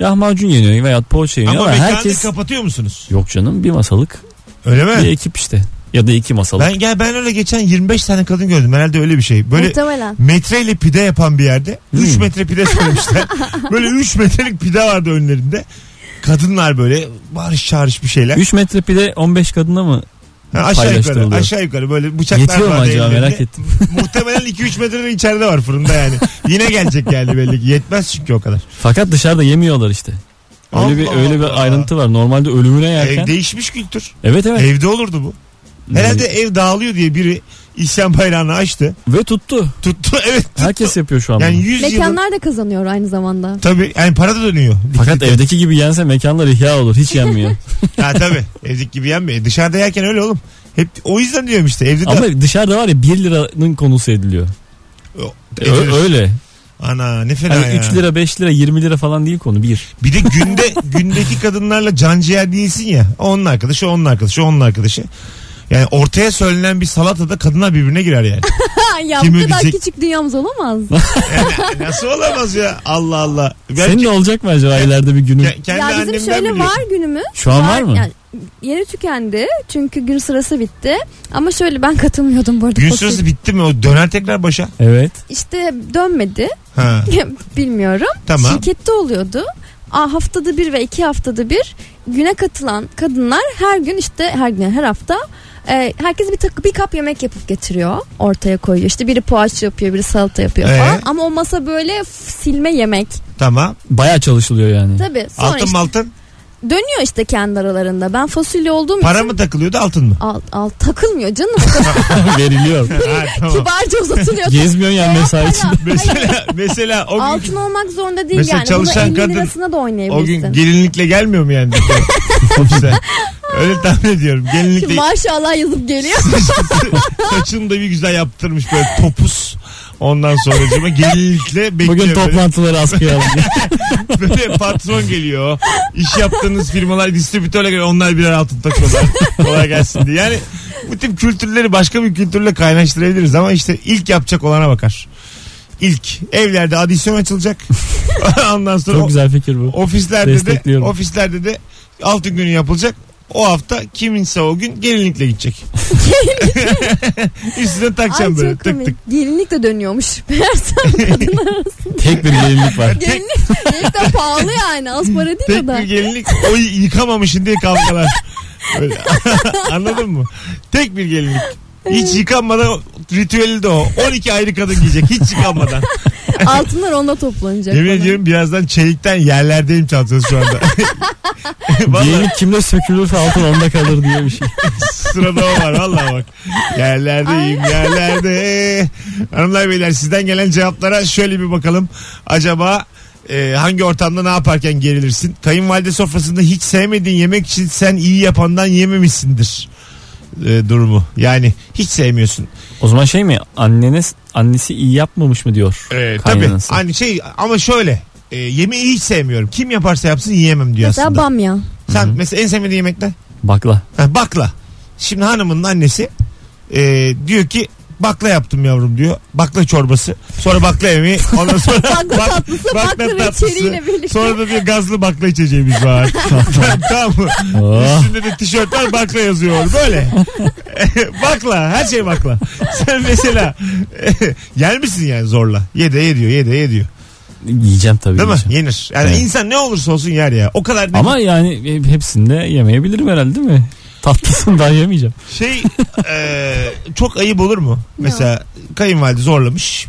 C: lahmacun yeniyor veya poğaça yeniyor
B: Ama
C: ama,
B: mekanı
C: herkes...
B: kapatıyor musunuz?
C: Yok canım bir masalık
B: Öyle
C: bir
B: mi?
C: ekip işte ya da iki masalık.
B: Ben gel ben öyle geçen 25 tane kadın gördüm. Herhalde öyle bir şey. Böyle
D: Muhtemelen.
B: metreyle pide yapan bir yerde 3
C: Hmm.
B: metre pide
C: [LAUGHS]
B: söylemişler. böyle 3 metrelik pide vardı önlerinde. Kadınlar böyle bağırış çağırış bir şeyler.
C: 3 metre pide 15 kadına mı?
B: Ha, aşağı yukarı
C: paylaştırılıyor.
B: aşağı yukarı böyle bıçaklar
C: Yetiyor mu
B: vardı
C: acaba?
B: ellerinde.
C: Merak ettim.
B: Muhtemelen 2-3 metreden içeride var fırında yani. Yine gelecek geldi belli ki. Yetmez çünkü o kadar.
C: Fakat dışarıda yemiyorlar işte. Öyle bir
B: Allah
C: öyle
B: Allah.
C: bir ayrıntı var. Normalde ölümüne yerken.
B: Ev değişmiş kültür.
C: Evet evet. Hmm.
B: Evde olurdu bu. Herhalde ev dağılıyor diye biri isyan bayrağını açtı.
C: Ve tuttu.
B: Tuttu [LAUGHS] evet.
C: Herkes yapıyor şu an.
B: Yani
C: bunu.
B: 100 yılın
D: Mekanlar da kazanıyor aynı zamanda.
B: Tabii yani para da dönüyor.
C: Fakat evdeki gibi yense mekanlar ihya olur.
B: [LAUGHS]
C: Hiç yenmiyor.
B: Ha tabii. Evdeki gibi yenmiyor. E, Dışarıda yerken öyle oğlum. Hep o yüzden diyorum işte evde de
C: Ama dışarıda var ya 1 liranın konusu ediliyor.
B: Ö-
C: Ö- öyle.
B: Ana ne fena
C: Yani
B: ya.
C: 3 lira 5 lira 20 lira falan değil konu. 1.
B: Bir de günde gündeki kadınlarla canciğer değilsin ya. Onun arkadaşı, onun arkadaşı, onun arkadaşı. Yani ortaya söylenen bir salatada kadınlar birbirine girer yani. [LAUGHS]
D: Ha, ya
B: Kim
D: bu kadar
B: ödeyecek?
D: küçük dünyamız olamaz.
B: Yani nasıl olamaz ya? Allah Allah. Ben
C: Senin ne olacak mı acaba ileride bir günün?
B: ke- kendi
D: ya bizim
B: annemden
D: şöyle
B: biliyorum.
D: var günümüz.
C: Şu an var mı?
D: yani yeni tükendi çünkü gün sırası bitti. Ama şöyle ben katılmıyordum bu arada.
B: Gün
D: Fasulye-
B: sırası bitti mi? O döner tekrar başa.
C: Evet.
D: İşte dönmedi.
B: Ha,
D: [LAUGHS] Bilmiyorum.
B: tamam.
D: Şirkette oluyordu. Aa, haftada bir ve iki haftada bir güne katılan kadınlar her gün işte her gün her hafta e, herkes bir, tak- bir kap yemek yapıp getiriyor ortaya koyuyor. İşte biri poğaça yapıyor biri salata yapıyor
B: Ee?
D: falan ama o masa böyle f- silme yemek.
B: Tamam.
C: Baya çalışılıyor yani.
D: Tabii sonra
B: Altın
D: işte
B: mı altın?
D: dönüyor işte kendi aralarında ben fasulye olduğum
B: Para
D: için
B: mı takılıyordu altın mı?
D: al, al, takılmıyor canım o
C: [LAUGHS]
D: kadar
C: Veriliyor.
B: ha, tamam.
D: kibarca
B: [LAUGHS]
D: uzatılıyor.
C: Gezmiyorsun yani mesai için.
B: mesela, mesela o gün,
D: [LAUGHS] Altın olmak zorunda değil
B: Mesela
D: yani.
B: çalışan
D: Bunu 50
B: kadın
D: lirasına da
B: o
D: oynayabilirsin.
B: gün gelinlikle gelmiyor mu yani? Ofise. Öyle tahmin ediyorum.
D: Şimdi
B: Gelinlikle
D: maşallah yazıp geliyor.
B: Saçını da bir güzel yaptırmış böyle topuz. Ondan sonra cuma gelinlikle bekliyor.
C: Bugün
B: böyle.
C: toplantıları askıya alın.
B: [LAUGHS] böyle, patron geliyor. İş yaptığınız firmalar distribütörle geliyor. Onlar birer altın takıyorlar. Kolay gelsin diye. Yani bu tip kültürleri başka bir kültürle kaynaştırabiliriz ama işte ilk yapacak olana bakar. İlk evlerde adisyon açılacak. Ondan sonra
C: Çok güzel fikir bu.
B: ofislerde de
C: Destekliyorum.
B: ofislerde de altın günü yapılacak. O hafta kiminse o gün gelinlikle gidecek. [LAUGHS] Üstüne takacağım
D: Ay
B: böyle
D: çok
B: tık
D: komik.
B: tık.
D: Gelinlik de dönüyormuş. [LAUGHS] Meğerse
C: Tek bir gelinlik var.
D: gelinlik, gelinlik de pahalı yani. Az para değil
B: Tek
D: o da.
B: bir gelinlik o y- yıkamamışın diye kavgalar. Böyle. [LAUGHS] Anladın mı? Tek bir
D: [LAUGHS]
B: gelinlik. Hiç yıkanmadan ritüeli de o. 12 ayrı kadın giyecek hiç yıkanmadan.
D: Altınlar onda toplanacak.
B: Yemin
D: falan.
B: ediyorum birazdan çelikten yerlerdeyim çantası şu anda. [LAUGHS] Vallahi
C: Diyelim kimde sökülürse altın onda kalır diye bir şey.
B: sırada o var vallahi bak. Yerlerdeyim yerlerde. Hanımlar beyler sizden gelen cevaplara şöyle bir bakalım. Acaba e, hangi ortamda ne yaparken gerilirsin? Kayınvalide sofrasında hiç sevmediğin yemek için sen iyi yapandan yememişsindir e, durumu. Yani hiç sevmiyorsun.
C: O zaman şey mi? Anneniz annesi iyi yapmamış mı diyor.
B: E, tabii.
C: kaynanası.
B: Hani şey ama şöyle. E, yemeği hiç sevmiyorum. Kim yaparsa yapsın yiyemem diyor
D: Mesela
B: aslında.
D: bamya.
B: Sen mesela en sevmediğin yemek ne?
C: Bakla.
B: Ha, bakla. Şimdi hanımın annesi e, diyor ki bakla yaptım yavrum diyor. Bakla çorbası. Sonra bakla yemeği. Ondan
C: [LAUGHS]
B: sonra [LAUGHS]
D: Bakla
B: bak-
D: tatlısı, bakla ve çeriğiyle birlikte.
B: Sonra da diyor gazlı bakla içeceğimiz
C: [LAUGHS]
B: var. [LAUGHS] tamam mı?
C: Oh.
B: Üstünde de tişörtler bakla yazıyor. Böyle.
C: [LAUGHS]
B: bakla. Her şey bakla. Sen mesela [LAUGHS] yer misin yani zorla? Ye de ye diyor. Ye de ye diyor.
C: Yiyeceğim tabii.
B: Değil mi?
C: yiyeceğim.
B: Yenir. Yani
C: Evet.
B: insan ne olursa olsun yer ya. O kadar
C: Ama yani he- hepsini de yemeyebilirim herhalde değil mi? Tatlısından [LAUGHS] yemeyeceğim.
B: Şey e, çok ayıp olur mu? Mesela kayınvalide zorlamış.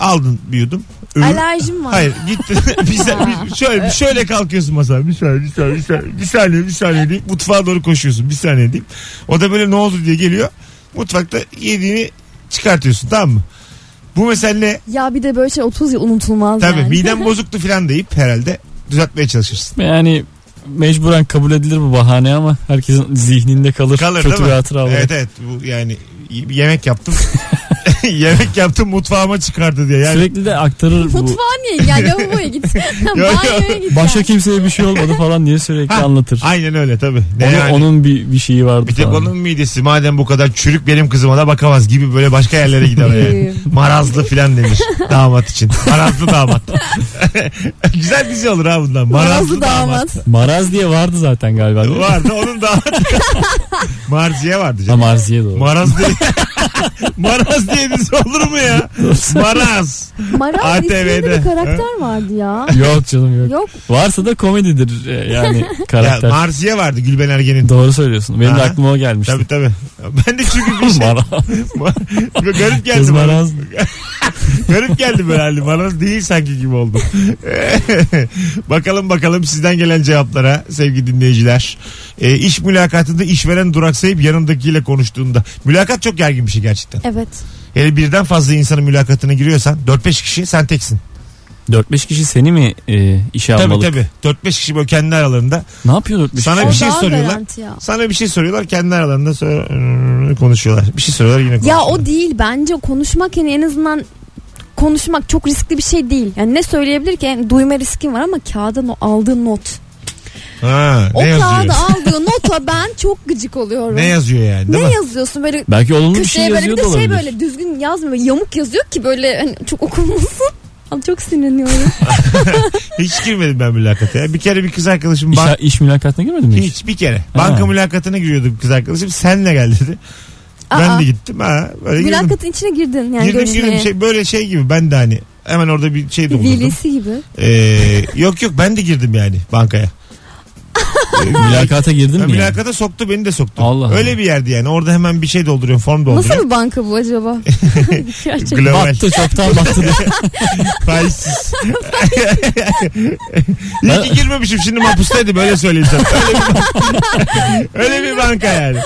B: Aldın bir yudum. Öbür-
D: Alerjim var.
B: Hayır gitti. [LAUGHS] bir, sa- bir- şöyle bir şöyle kalkıyorsun masadan. Bir saniye bir saniye bir saniye. Bir saniye bir saniye deyip mutfağa doğru koşuyorsun. Bir saniye deyip. O da böyle ne oldu diye geliyor. Mutfakta yediğini çıkartıyorsun tamam mı? Bu mesele ne?
D: Ya bir de böyle şey 30 yıl unutulmaz
B: Tabii
D: yani.
B: midem bozuktu falan deyip herhalde düzeltmeye çalışırsın.
C: Yani mecburen kabul edilir bu bahane ama herkesin zihninde kalır.
B: Kalır
C: Kötü
B: değil
C: bir
B: mi?
C: hatıra olarak.
B: Evet evet bu yani y- yemek yaptım. [LAUGHS] yemek yaptım mutfağıma çıkardı diye. Yani
C: Sürekli de aktarır bu.
D: Mutfağa
B: [LAUGHS]
D: niye gel lavaboya git. Banyoya git.
C: Başka kimseye bir şey olmadı falan diye sürekli
B: Ha,
C: anlatır.
B: Aynen öyle tabii. Ne
C: Onun,
B: yani?
C: onun bir, bir şeyi vardı
B: bir tek
C: falan.
B: onun midesi madem bu kadar çürük benim kızıma da bakamaz gibi böyle başka yerlere gider o yani. Marazlı filan demiş damat için. Marazlı damat. [LAUGHS] Güzel dizi olur ha bundan. Marazlı,
D: Marazlı
B: damat.
D: damat.
C: Maraz diye vardı zaten galiba. değil mi?
B: Vardı onun damat. [LAUGHS] Marziye vardı
C: Ha
B: canım.
C: Marziye doğru.
B: Maraz diye. [LAUGHS] Maraz diye dizi olur mu ya? Maraz.
D: Maral isminde
B: ATV'de.
D: bir karakter vardı ya.
C: yok canım yok.
D: Yok
C: Varsa da komedidir e,
D: [LAUGHS]
C: yani
B: Ya,
C: karakter.
B: Marziye vardı Gülben Ergen'in.
C: Doğru söylüyorsun. Benim
B: Aha.
C: de aklıma o gelmişti.
B: Tabii
C: [LAUGHS]
B: tabii. Ben de çünkü bir şey.
C: Maraz.
B: [LAUGHS] Garip geldi
C: Kız
B: bana.
C: Maraz.
B: Garip geldi böyle halim. Bana değil sanki gibi oldu. [LAUGHS] bakalım bakalım sizden gelen cevaplara sevgili dinleyiciler. E, iş mülakatında işveren duraksayıp yanındakiyle konuştuğunda. Mülakat çok gergin bir şey gerçekten.
D: evet.
B: Yani birden fazla insanın mülakatına giriyorsan 4-5 kişi sen teksin.
C: 4-5 kişi seni mi e, işe
B: Tabii
C: almalı?
B: tabii. 4-5 kişi böyle kendi aralarında.
C: Ne yapıyor 4-5
B: Sana
D: O
B: bir
C: kişi?
B: şey
D: daha
B: soruyorlar.
D: garanti Ya.
B: Sana bir şey soruyorlar kendi aralarında sonra, hmm, konuşuyorlar. Bir şey soruyorlar yine konuşuyorlar.
D: ya o değil bence konuşmak yani en azından konuşmak çok riskli bir şey değil. Yani ne söyleyebilir ki? Yani duyma riskin var ama kağıdan o aldığın not.
B: Ha,
D: O
B: ne yazıyor?
D: kağıda aldığı nota ben çok gıcık oluyorum.
B: Ne yazıyor yani
D: Ne
B: değil mi?
D: yazıyorsun böyle
C: Belki olumlu bir şey
D: köşeye böyle
C: yazıyor
D: bir de
C: da
D: şey
C: olabilir.
D: böyle düzgün yazmıyor. Yamuk yazıyor ki böyle hani
B: [LAUGHS]
D: çok okunmasın. Abi çok sinirleniyorum.
B: Hiç girmedim ben mülakata ya. Bir kere bir kız arkadaşım
C: İş,
B: bank-
C: iş mülakatına girmedin mi hiç?
B: Hiç bir kere. Banka
C: Ha.
B: mülakatına giriyordum kız arkadaşım. Senle gel dedi. Ben
D: Aa,
B: de gittim. Ha, böyle girdim.
D: Mülakatın içine girdin yani
B: girdim
D: görüşmeye.
B: girdim. Şey, böyle şey gibi ben de hani hemen orada bir şey
D: Bir
B: doldurdum.
D: velisi gibi.
B: Ee, yok yok ben de girdim yani
D: [LAUGHS]
B: bankaya. Ee,
C: Mülakata girdin
B: Ha,
C: mi? yani?
B: Mülakata soktu beni de soktu.
C: Allah
B: Öyle
C: Allah.
B: bir yerdi yani. Orada hemen bir şey dolduruyorsun form
D: Nasıl
B: dolduruyorsun.
D: bir banka
B: [LAUGHS]
D: bu acaba? Gerçekten.
B: Global.
C: Battı çoktan
B: [LAUGHS]
C: battı. diye.
B: Faizsiz. İyi ki girmemişim şimdi mapustaydı böyle söyleyeyim sana. Öyle bir, öyle bir banka yani.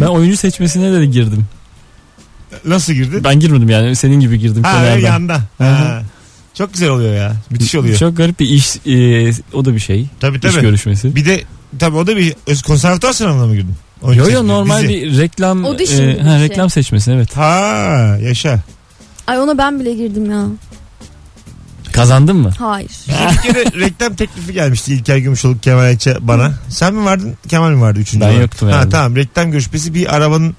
C: ben oyuncu seçmesine de girdim.
B: Nasıl girdin?
C: Ben girmedim yani senin gibi girdim.
B: Ha
C: kenardan.
B: öyle yanda. Ha. Çok güzel oluyor ya. Müthiş oluyor.
C: Çok garip bir iş e, o da bir şey.
B: Tabii
C: İş
B: tabii.
C: görüşmesi.
B: Bir de tabii o da bir öz konservatuar sınavına mı girdin? Oyuncu
C: Yo yo
B: seçimi,
C: normal
B: dizi.
C: bir reklam e,
D: Audition gibi bir
C: ha,
D: şey.
C: reklam seçmesine evet.
B: Ha yaşa.
D: Ay ona ben bile girdim ya.
C: Kazandın mı?
D: Hayır.
B: Bir
C: [LAUGHS]
B: kere reklam teklifi gelmişti İlker Gümüşoluk Kemal Ayça bana. Sen mi vardın? Kemal mi vardı? Üçüncü
C: Ben
B: olarak?
C: yoktum
B: Ha
C: herhalde.
B: tamam reklam görüşmesi bir arabanın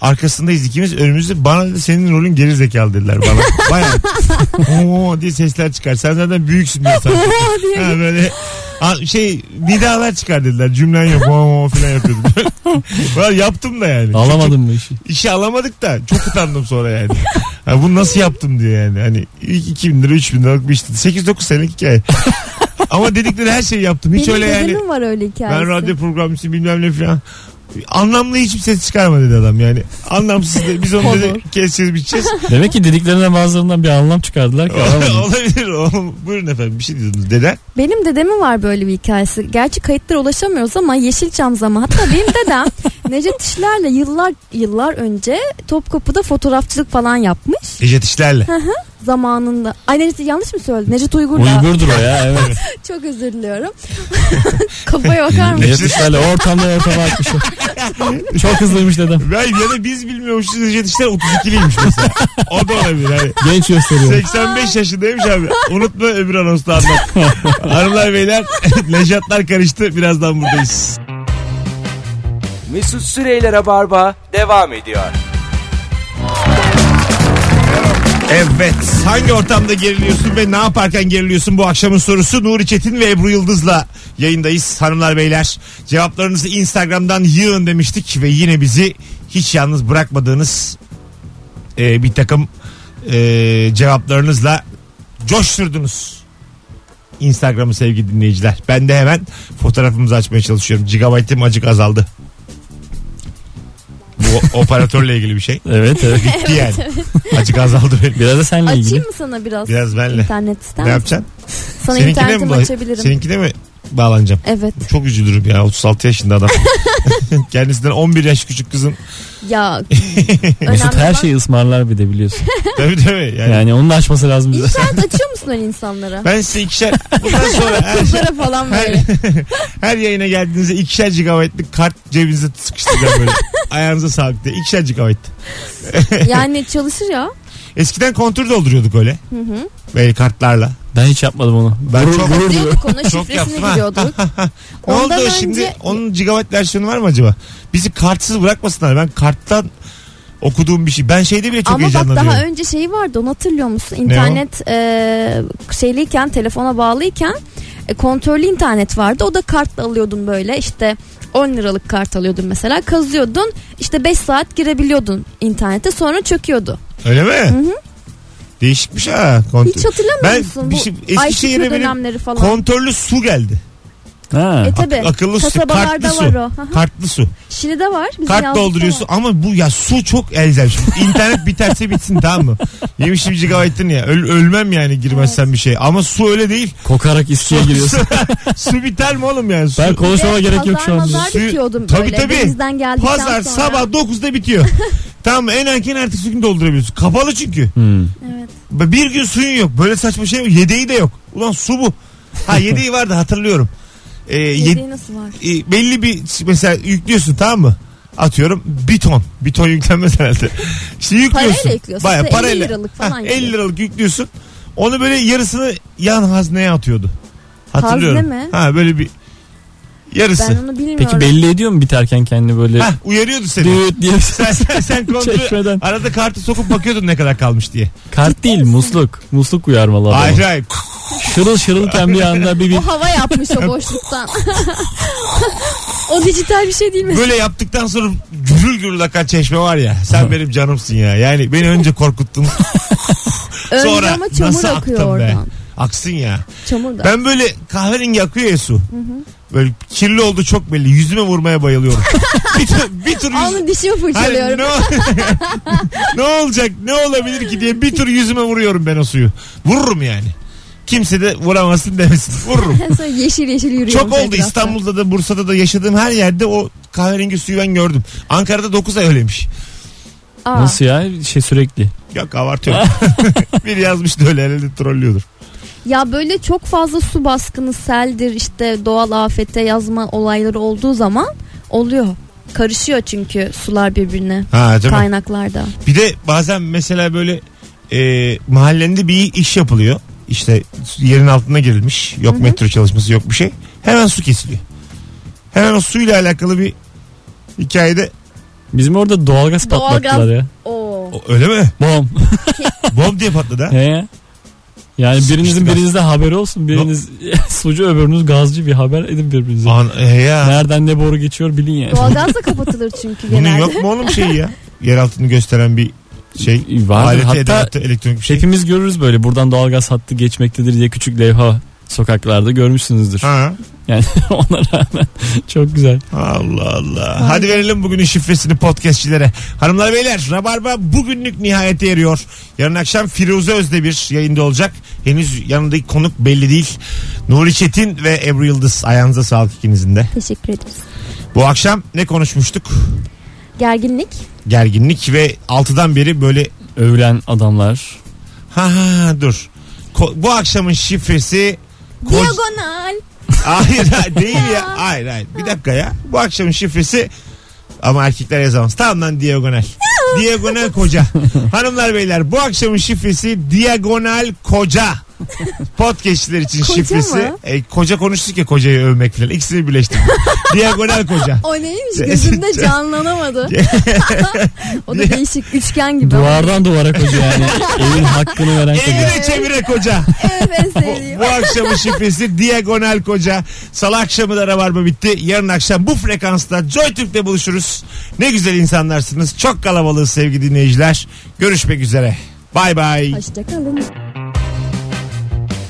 B: arkasındayız ikimiz önümüzde bana dedi senin rolün geri zekalı dediler
C: [LAUGHS]
B: bana. Baya ooo diye sesler çıkar. Sen zaten büyüksün diye sanki.
D: diye.
B: ha, böyle a- şey nidalar çıkar dediler. Cümlen yok. Oo falan
C: [LAUGHS]
B: yapıyordum. Valla yaptım da yani.
C: Alamadın mı işi?
B: İşi alamadık da çok utandım sonra yani. Ha, bunu nasıl yaptım diye yani. Hani 2000 lira 3000 liralık bir işti. 8-9 senelik hikaye. Ama dedikleri her şeyi yaptım. Hiç
D: Benim
B: öyle yani.
D: dedemin var öyle hikayesi.
B: Ben radyo programcısı bilmem ne falan. Anlamlı hiçbir ses çıkarma dedi adam yani. Anlamsız dedi. Biz onu dedi keseceğiz biteceğiz.
C: Demek ki dediklerinden bazılarından bir anlam çıkardılar
B: [LAUGHS]
C: ki alamadım.
B: Olabilir oğlum. Buyurun efendim bir şey diyordunuz. Deden.
D: Benim dedemin var böyle bir hikayesi. Gerçi kayıtlara ulaşamıyoruz ama Yeşilçam zamanı. Hatta benim dedem Necdet İşler'le yıllar yıllar önce Topkapı'da fotoğrafçılık falan yapmış.
B: Ecet işlerle.
D: Zamanında. Ay Necdet yanlış mı söyledim? Necdet Uygur'la.
C: Uygurdur o ya
B: [LAUGHS]
C: evet.
D: Çok özür diliyorum. [LAUGHS] Kafaya bakar mısın?
C: Yetişlerle ortamdan ortama atmış. o. Çok hızlıymış dedem.
B: Ben ya da biz bilmiyormuşuz Ecet işler 32'liymiş mesela. O da olabilir. Hani.
C: Genç gösteriyor.
B: 85 yaşındaymış abi. Unutma öbür anonsu da anlat. Hanımlar beyler [LAUGHS] lejatlar karıştı. Birazdan buradayız.
A: Mesut Süreyler'e barba devam ediyor.
B: Evet. Hangi ortamda geriliyorsun ve ne yaparken geriliyorsun bu akşamın sorusu Nuri Çetin ve Ebru Yıldız'la yayındayız hanımlar beyler. Cevaplarınızı Instagram'dan yığın demiştik ve yine bizi hiç yalnız bırakmadığınız e, bir takım e, cevaplarınızla coşturdunuz. Instagram'ı sevgili dinleyiciler. Ben de hemen fotoğrafımızı açmaya çalışıyorum. Gigabyte'im acık azaldı. Bu operatörle ilgili bir şey.
C: Evet evet.
D: [LAUGHS]
B: Bitti yani. Acık azaldı benim.
C: Biraz da seninle ilgili.
D: Açayım mı sana biraz?
B: Biraz benle.
D: İnternet
B: Ne
D: ister misin?
B: yapacaksın?
D: Sana
B: Seninkine
D: internetimi
B: bağ-
D: açabilirim.
B: Seninkine mi bağlanacağım?
D: Evet.
B: Çok üzülürüm ya 36 yaşında adam. [LAUGHS] Kendisinden 11 yaş küçük kızın.
D: Ya
C: Mesut
D: önemli olan-
C: her şeyi ısmarlar bir de biliyorsun.
B: Tabii tabii yani.
C: Yani onu da açması lazım bize.
D: İnternet açıyor musun öyle insanlara?
B: Ben size ikişer bundan sonra her,
D: Kızlara falan
B: her, [LAUGHS]
D: böyle.
B: her yayına geldiğinizde ikişer gigabaytlık kart cebinize sıkıştıracağım
D: [LAUGHS]
B: böyle. Ayağınıza sağlık diye. İkişer gigabayt.
D: Yani çalışır ya.
B: Eskiden kontür dolduruyorduk öyle.
D: Hı hı.
B: Böyle kartlarla.
C: Ben hiç yapmadım onu.
B: Ben çok-
D: Diyorduk ona
B: Çok yaptım
D: şifresini
B: ha.
D: giriyorduk.
B: [LAUGHS] Ne oldu
D: Ondan
B: o
D: önce-
B: şimdi? Onun gigabayt versiyonu var mı acaba? Bizi kartsız bırakmasınlar. Ben karttan okuduğum bir şey. Ben şeyde bile çok
D: Ama bak
B: heyecanlanıyorum.
D: daha önce şeyi vardı onu hatırlıyor musun? İnternet e, şeyliyken telefona bağlıyken e, kontörlü internet vardı. O da kartla alıyordun böyle işte 10 liralık kart alıyordun mesela kazıyordun işte 5 saat girebiliyordun internete sonra çöküyordu.
B: Öyle mi? Değişikmiş ha. Kontör.
D: Hiç hatırlamıyor
B: Ben
D: musun?
B: bir
D: Bu
B: şey-
D: ICQ
B: Eskişehir'e benim
D: dönemleri falan.
B: Kontörlü su geldi.
C: Ha.
D: e tabi
B: Ak- akıllı su,
D: kasabalarda
B: kartlı
D: var
B: su.
D: o. Aha.
B: Kartlı su.
D: Şili'de var. bizim
B: Kart
D: yazlıkta
B: dolduruyorsun
D: var.
B: ama bu ya su çok elzem. Şimdi İnternet biterse bitsin tamam mı? Yemişim gigabaytın ya. Öl- ölmem yani girmezsen bir şey. Ama su öyle değil.
C: Kokarak iskiye
D: [LAUGHS]
C: giriyorsun.
B: [LAUGHS] su biter mi oğlum yani? Su,
C: Ben konuşmama
D: Ve
C: gerek yok şu
D: pazar
C: an.
D: mazar
B: Suyu-
D: dikiyordum
B: Tabii,
D: böyle.
B: tabii.
D: Denizden geldikten
B: Pazar
D: sonra.
B: sabah 9'da bitiyor. tamam en erken ertesi gün doldurabiliyorsun. Kapalı çünkü.
C: Hmm.
D: Evet.
B: Bir gün suyun yok. Böyle saçma şey yok. Yedeği de yok. Ulan su bu. Ha yedeği vardı hatırlıyorum. Ee, yed-
D: Yediği nasıl var?
B: e, belli bir mesela yüklüyorsun tamam mı? Atıyorum bir ton. Bir ton yüklenmez herhalde. İşte yüklüyorsun.
D: Parayla yüklüyorsun.
B: Bayağı
D: İşte 50
B: parayla.
D: liralık falan
B: Ha,
D: geliyor.
B: 50 liralık yüklüyorsun. Onu böyle yarısını yan hazneye atıyordu. Hatırlıyorum.
D: Hazne mi?
B: Ha böyle bir yarısı.
D: Ben onu bilmiyorum.
C: Peki belli ediyor mu biterken kendini böyle
B: Ha uyarıyordu seni.
C: [LAUGHS] düt diye şey.
B: sen sen, sen kontrolü
C: çekmeden.
B: arada kartı sokup bakıyordun ne kadar kalmış diye.
C: Kart değil musluk. Musluk uyarmalı adamı.
B: Hayır hayır.
C: Şırıl şırılken bir anda bir, bir
D: O hava
B: [LAUGHS]
D: yapmış o boşluktan. [LAUGHS] o dijital bir şey değil mi?
B: Böyle
D: [LAUGHS]
B: yaptıktan sonra gürül gürül akan çeşme var ya. Sen benim canımsın ya. Yani beni önce korkuttun.
D: Önce
B: Sonra
D: ama çamur
B: nasıl
D: akıyor
B: aktın be?
D: oradan.
B: Aksın ya.
D: Çamur da.
B: Ben böyle kahverengi akıyor ya su. Böyle kirli oldu çok belli. Yüzüme vurmaya
D: [LAUGHS]
B: bayılıyorum. bir, tur- bir tur yüz...
D: Alnı dişimi
B: Hani
D: fırçalıyorum.
B: ne, o- [LAUGHS] ne olacak ne olabilir ki diye bir tur yüzüme vuruyorum ben o suyu. Vururum yani. Kimse de vuramazsın demesin.
D: [LAUGHS]
B: Vururum.
D: Sonra yeşil yeşil yürüyorum.
B: Çok oldu
D: etrafta.
B: İstanbul'da da Bursa'da da yaşadığım her yerde o kahverengi suyu ben gördüm. Ankara'da 9 ay öyleymiş.
D: Aa,
C: Nasıl ya? Şey sürekli.
B: Yok
C: [LAUGHS]
B: abartıyorum. Biri yazmıştı öyle herhalde trollüyordur.
D: Ya böyle çok fazla su baskını, seldir, işte doğal afete yazma olayları olduğu zaman oluyor. Karışıyor çünkü sular birbirine
B: Ha tabii.
D: kaynaklarda.
B: Bir de bazen mesela böyle e, mahallende bir iş yapılıyor. İşte yerin altına girilmiş. Yok metro çalışması yok bir şey. Hemen su kesiliyor. Hemen o suyla alakalı bir hikayede
C: Bizim orada doğalgaz
D: Doğalgaz.
C: patlattılar ya.
D: Oo.
B: O, öyle mi?
D: [LAUGHS]
C: Bom.
B: Bom diye patladı
C: [LAUGHS]
B: ha.
C: He. Yani birinizin
B: gaz.
C: birinizde haberi olsun. Biriniz [LAUGHS] sucu öbürünüz gazcı bir haber edin birbirinize.
B: An, e, ya.
C: Nereden ne boru geçiyor bilin yani.
D: Doğalgazla kapatılır çünkü
B: Bunun
D: genelde.
B: yok mu oğlum şeyi ya? Yer altını gösteren bir şey.
C: Vardır.
B: Aleti
C: Hatta
B: edevatı, elektronik bir şey.
C: Hepimiz görürüz böyle buradan doğalgaz hattı geçmektedir diye küçük levha Sokaklarda görmüşsünüzdür.
B: Ha.
C: Yani [LAUGHS] ona rağmen çok güzel.
B: Allah Allah. Hadi verelim bugünün şifresini podcastçilere. Hanımlar beyler Rabarba bugünlük nihayete eriyor. Yarın akşam Firuze Özdemir yayında olacak. Henüz yanındaki konuk belli değil. Nuri Çetin ve Ebru Yıldız. Ayağınıza sağlık ikinizin de.
D: Teşekkür ederiz.
B: Bu akşam ne konuşmuştuk?
D: Gerginlik.
B: Gerginlik ve 6'dan beri böyle
C: Övülen adamlar.
B: ha ha dur. Ko- bu akşamın şifresi koc-
D: Diagonal. [LAUGHS]
B: Hayır hayır, değil ya. Hayır hayır. Bir dakika ya. Bu akşamın şifresi ama erkekler yazamaz. Tamam lan
D: [LAUGHS]
B: diagonal. diagonal koca. Hanımlar beyler bu akşamın şifresi diagonal koca. Podcastçiler için
D: Koca
B: şifresi.
D: mı?
B: E, koca konuştuk ya kocayı övmek falan. İkisini
D: [LAUGHS]
B: birleştirdim. diagonal koca.
D: O
B: [LAUGHS]
D: neymiş gözümde canlanamadı. [LAUGHS] o da değişik üçgen gibi.
C: Duvardan duvara koca yani. Evin hakkını veren koca.
B: Evire çevire koca.
D: Evet en
B: Bu,
D: sevdiğim.
B: bu akşamın şifresi Diagonal Koca. Salı akşamı da Rabarba bitti. Yarın akşam bu frekansta Joy Türk'te buluşuruz. Ne güzel insanlarsınız. Çok kalabalığız sevgili dinleyiciler. Görüşmek üzere. Bay bay.
D: Hoşçakalın.